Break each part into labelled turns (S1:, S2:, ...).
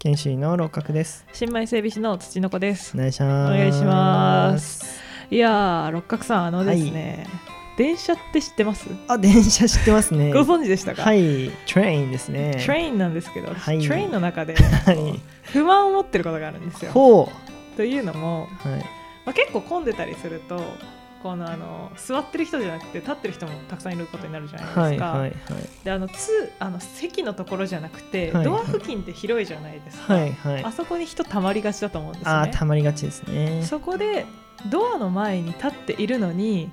S1: 研修医の六角です。
S2: 新米整備士の土の子です
S1: お願いします。
S2: お願いします。いやー六角さんあのですね、電車って知ってます、
S1: あ、電車知ってますね。
S2: ご存知でしたか、
S1: はい、トレインですね。
S2: トレインなんですけど、
S1: はい
S2: トレインの中で
S1: はい。
S2: 不満を持ってることがあるんですよ
S1: ほ
S2: というのも、
S1: う。はい。
S2: まあ、結構混んでたりするとこのあの座ってる人じゃなくて立ってる人もたくさんいることになるじゃないですか、
S1: はいはい
S2: であのつあの席のところじゃなくて、
S1: はい
S2: ドア付近って広いじゃないですか、
S1: はい。はいは
S2: あ
S1: い。
S2: そこに人たまりがちだと思うんですね
S1: あー、たまりがちですね。
S2: そこでドアの前に立っているのに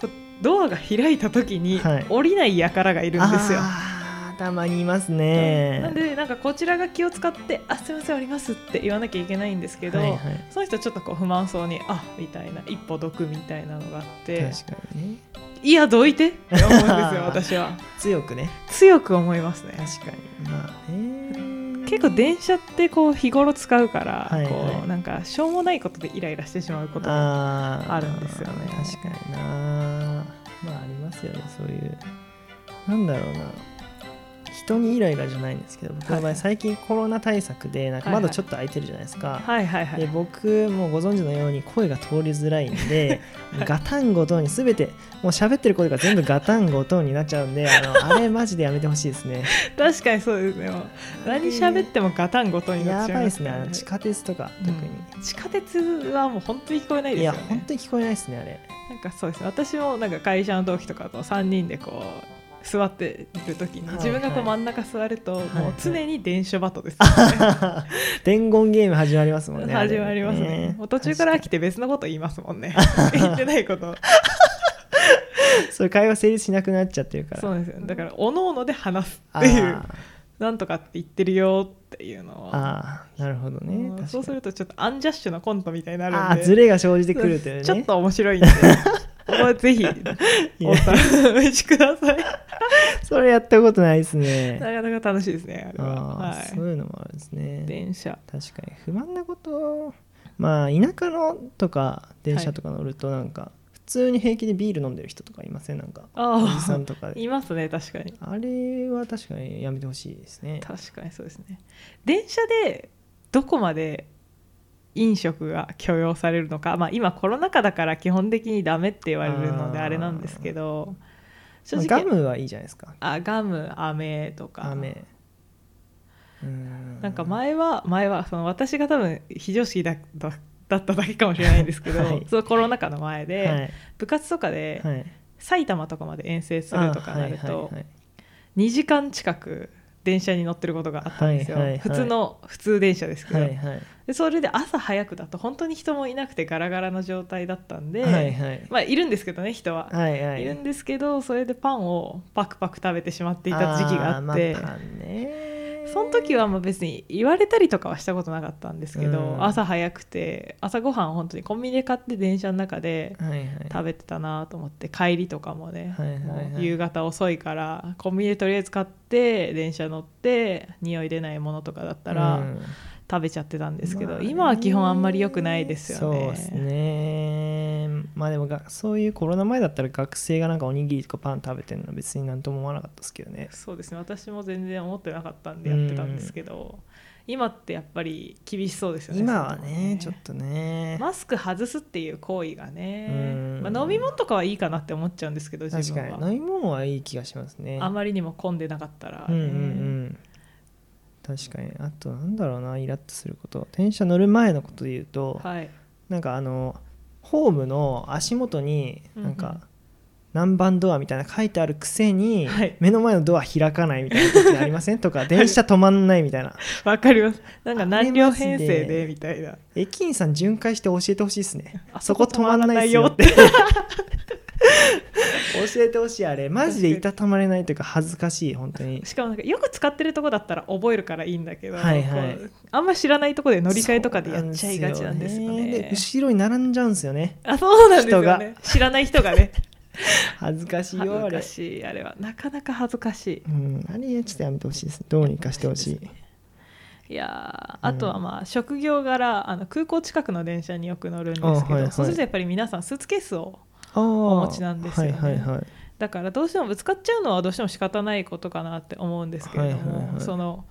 S2: こうドアが開いた時に、
S1: はい
S2: 降りない輩がいるんですよ。
S1: あーたまにいます
S2: なん
S1: ね。
S2: でなんかこちらが気を使って「あすいません降ります」って言わなきゃいけないんですけど、
S1: はいはい。
S2: その人ちょっとこう不満そうに「あみたいな一歩毒みたいなのがあって
S1: 確かにね。
S2: 「いやどいて」って思 うんですよ私は
S1: 強くね。
S2: 強く思いますね
S1: 確かに。まあね。
S2: 結構電車ってこう日頃使うから、
S1: はいはい
S2: こうなんかしょうもないことでイライラしてしまうことも
S1: あー
S2: あるんですよね
S1: 確かになまあありますよねそういうなんだろうな人にイライラじゃないんですけど僕の場
S2: は
S1: 合
S2: い
S1: 最近コロナ対策でなんか
S2: はいはい
S1: 窓ちょっと開いてるじゃないですか、
S2: はいはいは
S1: で
S2: い
S1: 僕もうご存知のように声が通りづらいんで、
S2: はい
S1: ガタンゴトンに全てもう喋ってる声が全部ガタンゴトンになっちゃうんであのあれマジでやめてほしいです ね
S2: 確かにそうですねもう何喋ってもガタンゴトンになっ
S1: や
S2: ち
S1: ば
S2: ゃ
S1: いで
S2: いますす
S1: ね
S2: ね
S1: あの地下鉄とか特に、
S2: 地下鉄はもう本当に聞こえないで
S1: い
S2: す
S1: や
S2: よね
S1: 本当に聞こえないですねあれ
S2: なんかそうですね私もなんか会社の同期とかと3人でこう座ってる時に
S1: はい
S2: 自分がこう真ん中座ると
S1: い
S2: もう常に電書バトですよ
S1: 伝言ゲーム始まりますもん
S2: ね
S1: ね。
S2: 始まりま
S1: あ
S2: す
S1: れ
S2: ねもう途中から飽きて別のこと言います もんね言ってないこと
S1: 確かに そう会話成立しなくなっちゃってるから。
S2: そううですよねだからおのおので話すっていうなんとかって言ってるよっていうのを
S1: あーなるほどね。
S2: う
S1: 確
S2: ん
S1: か
S2: そうす
S1: に
S2: るとちょっとアンジャッシュのコントみたいになるん
S1: あ
S2: で
S1: あーズレが生じてくるというね。
S2: ちょっと面白 いんでこれぜひ
S1: いや
S2: お試しください
S1: それやったことないです ね。
S2: なかなか楽しいですねあれは
S1: あ
S2: は
S1: ーそういうのもあるんです
S2: い
S1: ね。
S2: 電車
S1: 確かに不満なことまあ田舎のとか電車とか乗るとなんか普通に平気でビール飲んでる人とかいませんなんかおじ
S2: あ
S1: さんとか
S2: あ
S1: で。
S2: いますね確かに
S1: あれは確かにやめてほしいですね。
S2: 確かにそうですね電車でどこまで飲食が許容されるのかまあ今コロナ禍だから基本的にダメって言われるので
S1: あー
S2: あれなんですけど正
S1: まあ
S2: 直
S1: ガムはいいじゃないですか。
S2: あガム飴とか
S1: 雨うーん
S2: なんか前は前はその私が多分非常識だだだっただけかもしれないんですけど、
S1: はい
S2: そのコロナ禍の前で、
S1: はい
S2: 部活とかで
S1: はい、
S2: 埼玉とかまで遠征するとかなる
S1: あは
S2: と
S1: いはいはい
S2: 2時間近く電車に乗ってることがあったんですよ、
S1: はいはいはい
S2: 普通の普通電車ですけど、
S1: はいはい
S2: でそれで朝早くだと本当に人もいなくてガラガラの状態だったんで、
S1: はいはい
S2: まあいるんですけどね人は、、
S1: はいはいい
S2: るんですけどそれでパンをパクパク食べてしまっていた時期があって
S1: ー。まあパンね
S2: その時はまあ別に言われたりとかはしたことなかったんですけど、
S1: うん
S2: 朝早くて朝ごはん本当にコンビニで買って電車の中で
S1: はいはい
S2: 食べてたなと思って帰りとかもね、
S1: はいはいはい
S2: もう夕方遅いからコンビニでとりあえず買って電車乗って匂い出ないものとかだったら
S1: うん
S2: 食べちゃってたんですけど、
S1: まあね
S2: 今は基本あんまり良くないですよね。
S1: そうですねまあでもがそういうコロナ前だったら学生がなんかおにぎりとかパン食べてるのは別になんとも思わなかったですけどね
S2: そうですね私も全然思ってなかったんでやってたんですけど、今ってやっぱり厳しそうですよね
S1: 今は
S2: その
S1: ねちょっとね
S2: マスク外すっていう行為がね、
S1: うん
S2: まあ、飲み物とかはいいかなって思っちゃうんですけど自
S1: 確か
S2: 分
S1: に
S2: は
S1: 飲み物はいい気がしますね
S2: あまりにも混んでなかったら、
S1: う
S2: ね
S1: んうんうん確かにあとなんだろうなイラッとすること電車乗る前のことで言うと、
S2: はい、
S1: なんかあのホームの足元になん
S2: うんうん
S1: か何番ドアみたいな書いてあるくせに、
S2: はい
S1: 目の前のドア開かないみたいな時ありませんとか電車止まんないみたいな
S2: わかりますなんか
S1: あり
S2: 何両
S1: ますね
S2: 編成でみたいな
S1: 駅員さん巡回して教えてほしいですね
S2: あ
S1: そ
S2: そ
S1: こ
S2: こ
S1: 止まんないっすよって教えてほしいあれマジでいたたまれないというか恥ずかしい本当に
S2: しかもなんかよく使ってるとこだったら覚えるからいいんだけど、
S1: はいはい
S2: こうあんま知らないとこで乗り換えとかでやっちゃいがちなんですよ
S1: そうな
S2: ね
S1: んで後ろに並んじゃうんですよね
S2: あそうなんですよ
S1: 人
S2: ね知らない人 がね
S1: 恥ずかしい
S2: 恥
S1: よあ
S2: ず
S1: れ
S2: かしいあれはなかなか恥ずかしい
S1: うん、あれちょっとやめてほしいですどうにかしてほしい、
S2: いやーあとはまあ職業柄あの空港近くの電車によく乗るんですけど、
S1: あはいはい
S2: そうするとやっぱり皆さんスーツケースを
S1: あお
S2: 持ちなんですよね
S1: はいはいはい
S2: だからどうしてもぶつかっちゃうのはどうしても仕方ないことかなって思うんですけれども、
S1: はいはいはい
S2: その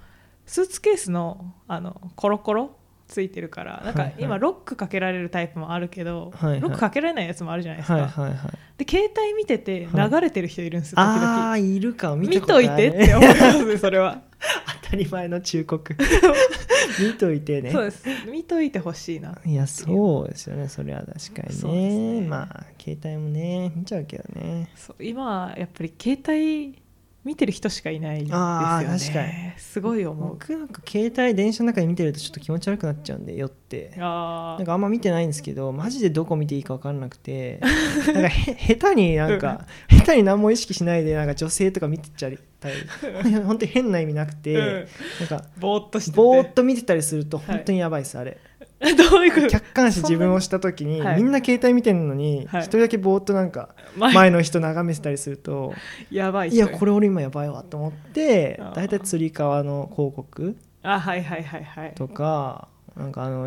S2: スーツケースのあのコロコロついてるからなん
S1: は
S2: か
S1: いはい
S2: 今ロックかけられるタイプもあるけど、
S1: はいはい
S2: ロックかけられないやつもあるじゃないですか、
S1: はいはいはい
S2: で携帯見てて
S1: はい
S2: 流れてる人いるんですよ、時々
S1: ああいるか見
S2: 見
S1: たことある
S2: いてって思いますねそれは、
S1: 当たり前の忠告 見といてね
S2: そうです見といてほしいない
S1: やそうですよねそれは確かに
S2: そうです
S1: ね
S2: ね
S1: まあ携帯もね見ちゃうけどね
S2: そう今はやっぱり携帯見てる人しかいないですよ
S1: あ
S2: ね
S1: ー確かに
S2: すごい思う
S1: 僕なんか携帯電車の中で見てるとちょっと気持ち悪くなっちゃうんで酔って
S2: あ
S1: なん
S2: ー
S1: かあんま見てないんですけどマジでどこ見ていいか分かんなく てなんかへ下手になんか下手に何も意識しないでなんか女性とか見てちゃったりいや本当に変な意味なくて、
S2: うん
S1: なんか
S2: ぼーっとしてて
S1: ぼーっと見てたりすると
S2: はい
S1: 本当にやばいです、あれ
S2: どういうこと
S1: 客観視自分をした時に、
S2: そんなにはい
S1: みんな携帯見てるのに一、
S2: はい
S1: 人だけぼーっとなんか
S2: 前
S1: 前の人眺めてたりすると、
S2: やばい
S1: い
S2: 人
S1: やこれ俺今やばいわと思って
S2: あー
S1: 大体つり革の広告
S2: あはいはいはいはい
S1: とかなんかあの、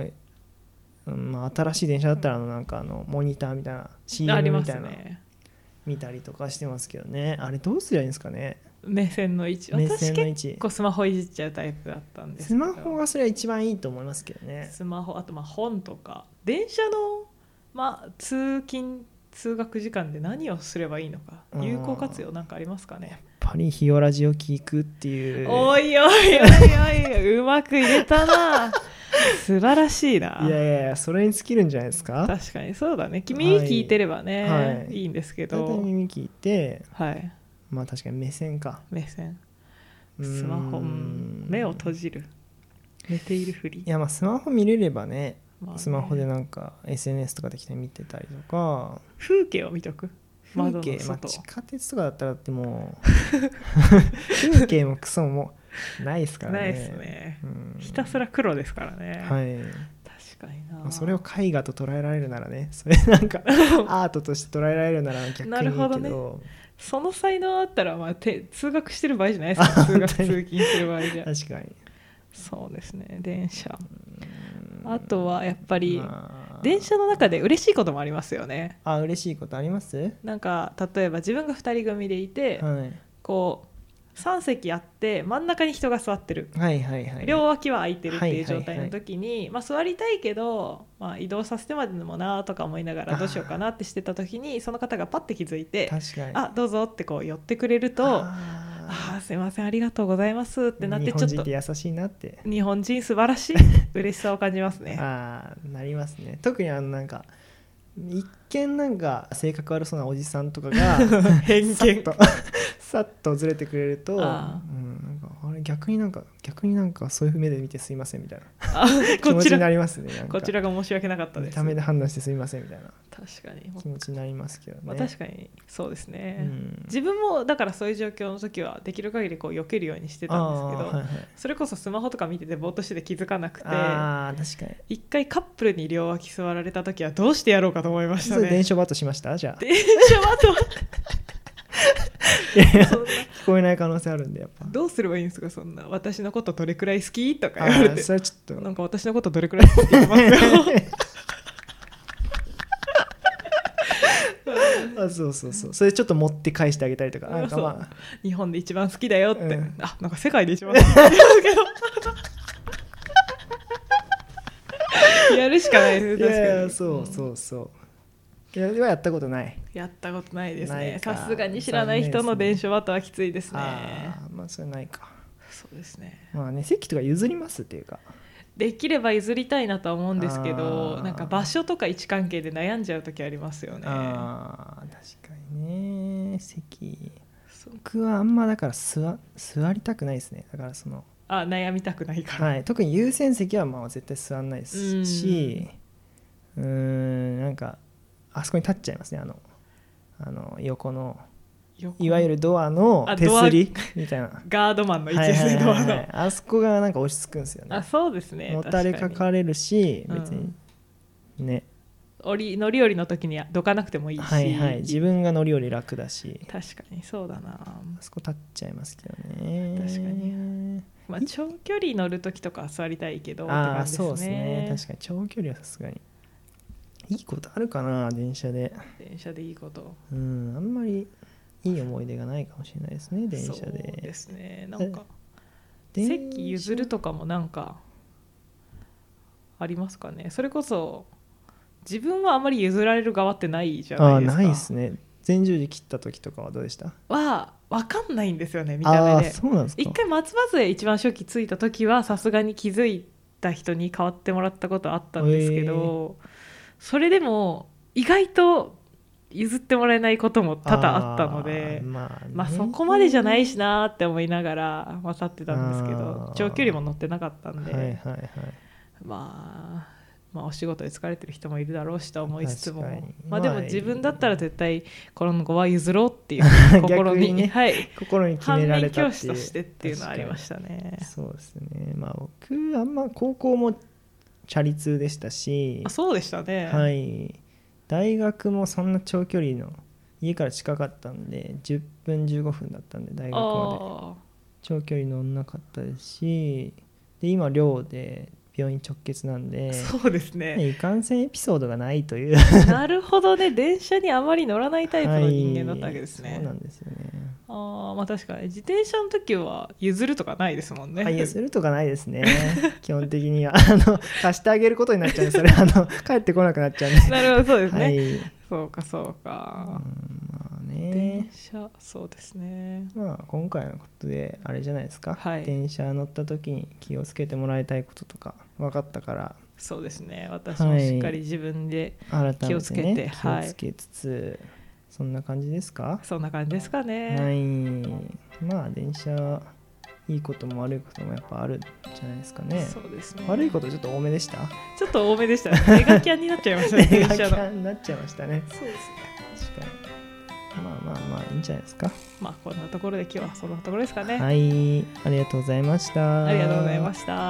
S1: うんまあ、新しい電車だったらあのなんかあのモニターみたいな CM
S2: ありま
S1: みた
S2: す
S1: いな、
S2: ね
S1: 見たりとかしてますけどねあれどうすりゃいいんですかね
S2: 目線の位置
S1: 目線
S2: 私
S1: の
S2: 結
S1: 位置
S2: 構スマホいじっちゃうタイプだったんで
S1: ス
S2: すけど
S1: マホがそれは一番いいと思いますけどね
S2: スマホあとまあ本とか電車の、まあ、通勤通学時間で何をすればいいのか
S1: うん
S2: 有効活用なんかありますかね
S1: やっぱりヒオラジを聞くっていう
S2: おいおいおいおいうまく入れた な素晴らしいない
S1: やいやいやそれに尽きるんじゃないですか
S2: 確かにそうだね君聞いてればね、
S1: はい
S2: い
S1: はい
S2: い、んですけ
S1: 大体
S2: ど
S1: 耳聞いて
S2: はい
S1: まあ確かに目線か
S2: 目線
S1: うーん
S2: スマホうん目を閉じる寝ているふり
S1: い、やまあスマホ見れればね
S2: まあね
S1: スマホでなんか SNS とかで来て見てたりとか
S2: 風景を見とく
S1: 風
S2: 窓の
S1: 景、まあ、
S2: 外
S1: 地下鉄とかだったらだっても う風景もクソもないですからね
S2: ないですね
S1: うん
S2: ひたすら黒ですからね、
S1: はい、
S2: 確かに
S1: まあ
S2: な
S1: それを絵画と捉えられるならねそれなん かアートとして捉えられるなら逆にいいけ
S2: なるほどね
S1: ど
S2: その才能あったら、まあ、て通学してる場合じゃないで すか通学
S1: 本当
S2: 通
S1: に
S2: 勤してる場合じゃ
S1: 確かに
S2: そうですね電車あとはやっぱり
S1: まあ
S2: 電車の中で嬉しいこともありますよね
S1: あ嬉しいことあります
S2: なんか例えば自分が2人組でいて、
S1: はい
S2: こう3席あって真ん中に人が座ってる
S1: はいはいはい
S2: 両脇は空いてるっていう
S1: はいはい
S2: 状態の時に、まあ、座りたいけど、まあ、移動させてまでもなとか思いながらどうしようかなってしてた時にその方がパッて気づいて
S1: 確かに
S2: 「あどうぞ」ってこう寄ってくれると「
S1: あ
S2: あーすいませんありがとうございます」ってなって
S1: 日
S2: ちょ
S1: 本
S2: っ
S1: 人っ
S2: と
S1: て優しいなって
S2: 日本人素晴らしい嬉しさを感じますね。
S1: ああなりますね特にあのなんか一見なんか性格悪そうなおじさんとか が
S2: 偏見
S1: さっとさっとずれてくれると、うん、な
S2: あ
S1: んかあれ逆になんか逆になんかそういう目で見てすいませんみたいな
S2: あ
S1: 気
S2: こ
S1: 持ち
S2: ち
S1: にな
S2: ら
S1: りますねなんか
S2: こちらが申し訳なかったで
S1: 見
S2: す。
S1: た目で判断してすいませんみたいな
S2: 確かに、
S1: 気持ちになりますけどね、
S2: まあ、確かにそうですね。
S1: うん
S2: 自分もだからそういう状況の時はできる限りこう避けるようにしてたんですけど、
S1: あーはいはい
S2: それこそスマホとか見ててぼーっとしてて気づかなくて
S1: あー確かに
S2: 一回カップルに両脇座られた時はどうしてやろうかと思いまし
S1: そ
S2: た
S1: れ
S2: ね。
S1: 電車バットしましたじゃあ
S2: 電車はどう
S1: いやいや
S2: そんな
S1: 聞こえない可能性あるんでやっぱ
S2: どうすればいいんですかそんな私のことどれくらい好きとか
S1: あ
S2: 言われ
S1: ー
S2: て
S1: それはちょっと
S2: なんか私のことどれくらい好きって言いますよ
S1: あそうそうそうそれちょっと持って返してあげたりとかなんか
S2: そう
S1: ま
S2: 日本で一番好きだよって、
S1: うん
S2: あなんか世界で一番好きだ けどやるしかない
S1: あい
S2: ですね確かに
S1: やいやそうそうそういやではやったことない
S2: やったことないです
S1: な
S2: ね
S1: いか
S2: さすがに知らない人の電車バトはきついですね
S1: ああまあそれないか
S2: そうですね
S1: まあね席とか譲りますっていうか
S2: できれば譲りたいなとは思うんですけど
S1: あー
S2: なんか場所とか位置関係で悩んじゃう時ありますよね
S1: ああ確かにね席
S2: そう
S1: 僕はあんまだから座座りたくないですねだからその
S2: あ悩みたくないから、
S1: はい、特に優先席はまあ絶対座んないですしうーんなんかあそこに立っちゃいますねあのあの横の
S2: よく
S1: いわゆるドアの
S2: あ
S1: 手
S2: ドア
S1: すりみ たいな
S2: ガードマンの位置
S1: はい
S2: です
S1: はいは
S2: ね
S1: い
S2: ドア
S1: は
S2: の
S1: いあそこがなんか落ち着くんですよ
S2: あ
S1: ね
S2: そうですね
S1: もたれか
S2: 確かに
S1: かれるし
S2: うん
S1: 別に、ね
S2: 降り乗り降りの時にどかなくてもいいし、
S1: はいはい自分が乗り降り楽だし
S2: 確かにそうだな、
S1: あそこ立っちゃいますけどね
S2: 確かにまあ、長距離乗る時とかは座りたいけどって
S1: ああ
S2: 感
S1: ー
S2: じ
S1: そうですね
S2: で
S1: 確
S2: すね
S1: かに長距離はさすがにいいことあるかな電車で
S2: 電車でいいこと
S1: うん、あんまりいい思い出がないかもしれないですね、電車
S2: そうで
S1: で。
S2: すねなんか
S1: 電車
S2: 席譲るとかもなんかありますかねそれこそ自分はあまり譲られる側ってないじゃ
S1: ああ
S2: ないですか
S1: ないですね前十字切った時とかはどうでした
S2: は分かんないんですよね見た
S1: ああ
S2: 目
S1: ー
S2: で
S1: そうなんですか
S2: 一回松葉杖一番初期ついた時はさすがに気づいた人に変わってもらったことあったんですけど、それでも意外と譲ってもらえないことも多々あったので
S1: あーまあね、
S2: まあそこまでじゃないしなーって思いながら渡ってたんですけど
S1: あー
S2: 長距離も乗ってなかったんで、
S1: はいはいはい
S2: まあまあお仕事で疲れてる人もいるだろうしと思いつつも
S1: 確かに
S2: まあで
S1: ま
S2: も
S1: あ
S2: 自分だったら絶対この子は譲ろうっていう心に
S1: 逆にね
S2: はい、
S1: 心に決
S2: 反
S1: められ
S2: 面
S1: た
S2: 教
S1: って
S2: 師
S1: いう
S2: としてっていうのはありましたね
S1: 確かに。そうですねまあ僕あんま高校もチャリ通でしたし
S2: あそうでしたね、
S1: はい大学もそんな長距離の家から近かったんで10分15分だったんで大学ま
S2: あ
S1: で
S2: ー
S1: 長距離乗んなかったですしで今寮で病院直結なんで、
S2: そうですね
S1: ねいかんせんエピソードがないという
S2: なるほどね電車にあまり乗らないタイプの人間だったわけです
S1: はい
S2: ね、
S1: そうなんですよね
S2: あーまあ確かに自転車の時は譲るとかないですもんね、
S1: あいやするとかないです ね基本的にはあの貸してあげることになっちゃうんでそれあの帰ってこなくなっちゃうんで
S2: なるほどそうですね、
S1: はい、うん
S2: そうかそうか、
S1: まあ
S2: 電
S1: ね
S2: 車そうですね
S1: まあ今回のことであれじゃないですか、
S2: はい
S1: 電車乗った時に気をつけてもらいたいこととか分かったから
S2: そうですね私もしっかり自分で、
S1: 改めて、ね、
S2: 気をつけて
S1: 気を
S2: はい
S1: つけつつ、そんな感じですか
S2: そんな感じですかね、
S1: はいまあ電車いいことも悪いこともやっぱあるんじゃないですかね
S2: そうですね
S1: 悪いことちょっと多めでした
S2: ちょっと多めでしたねメガキャンになっちゃい ましたね電車の
S1: になっちゃいましたね
S2: そうですね
S1: 確かにまあまあまあいいんじゃないですか
S2: まあこんなところで今日はそんなところですかね、
S1: はいありがとうございました
S2: ありがとうございました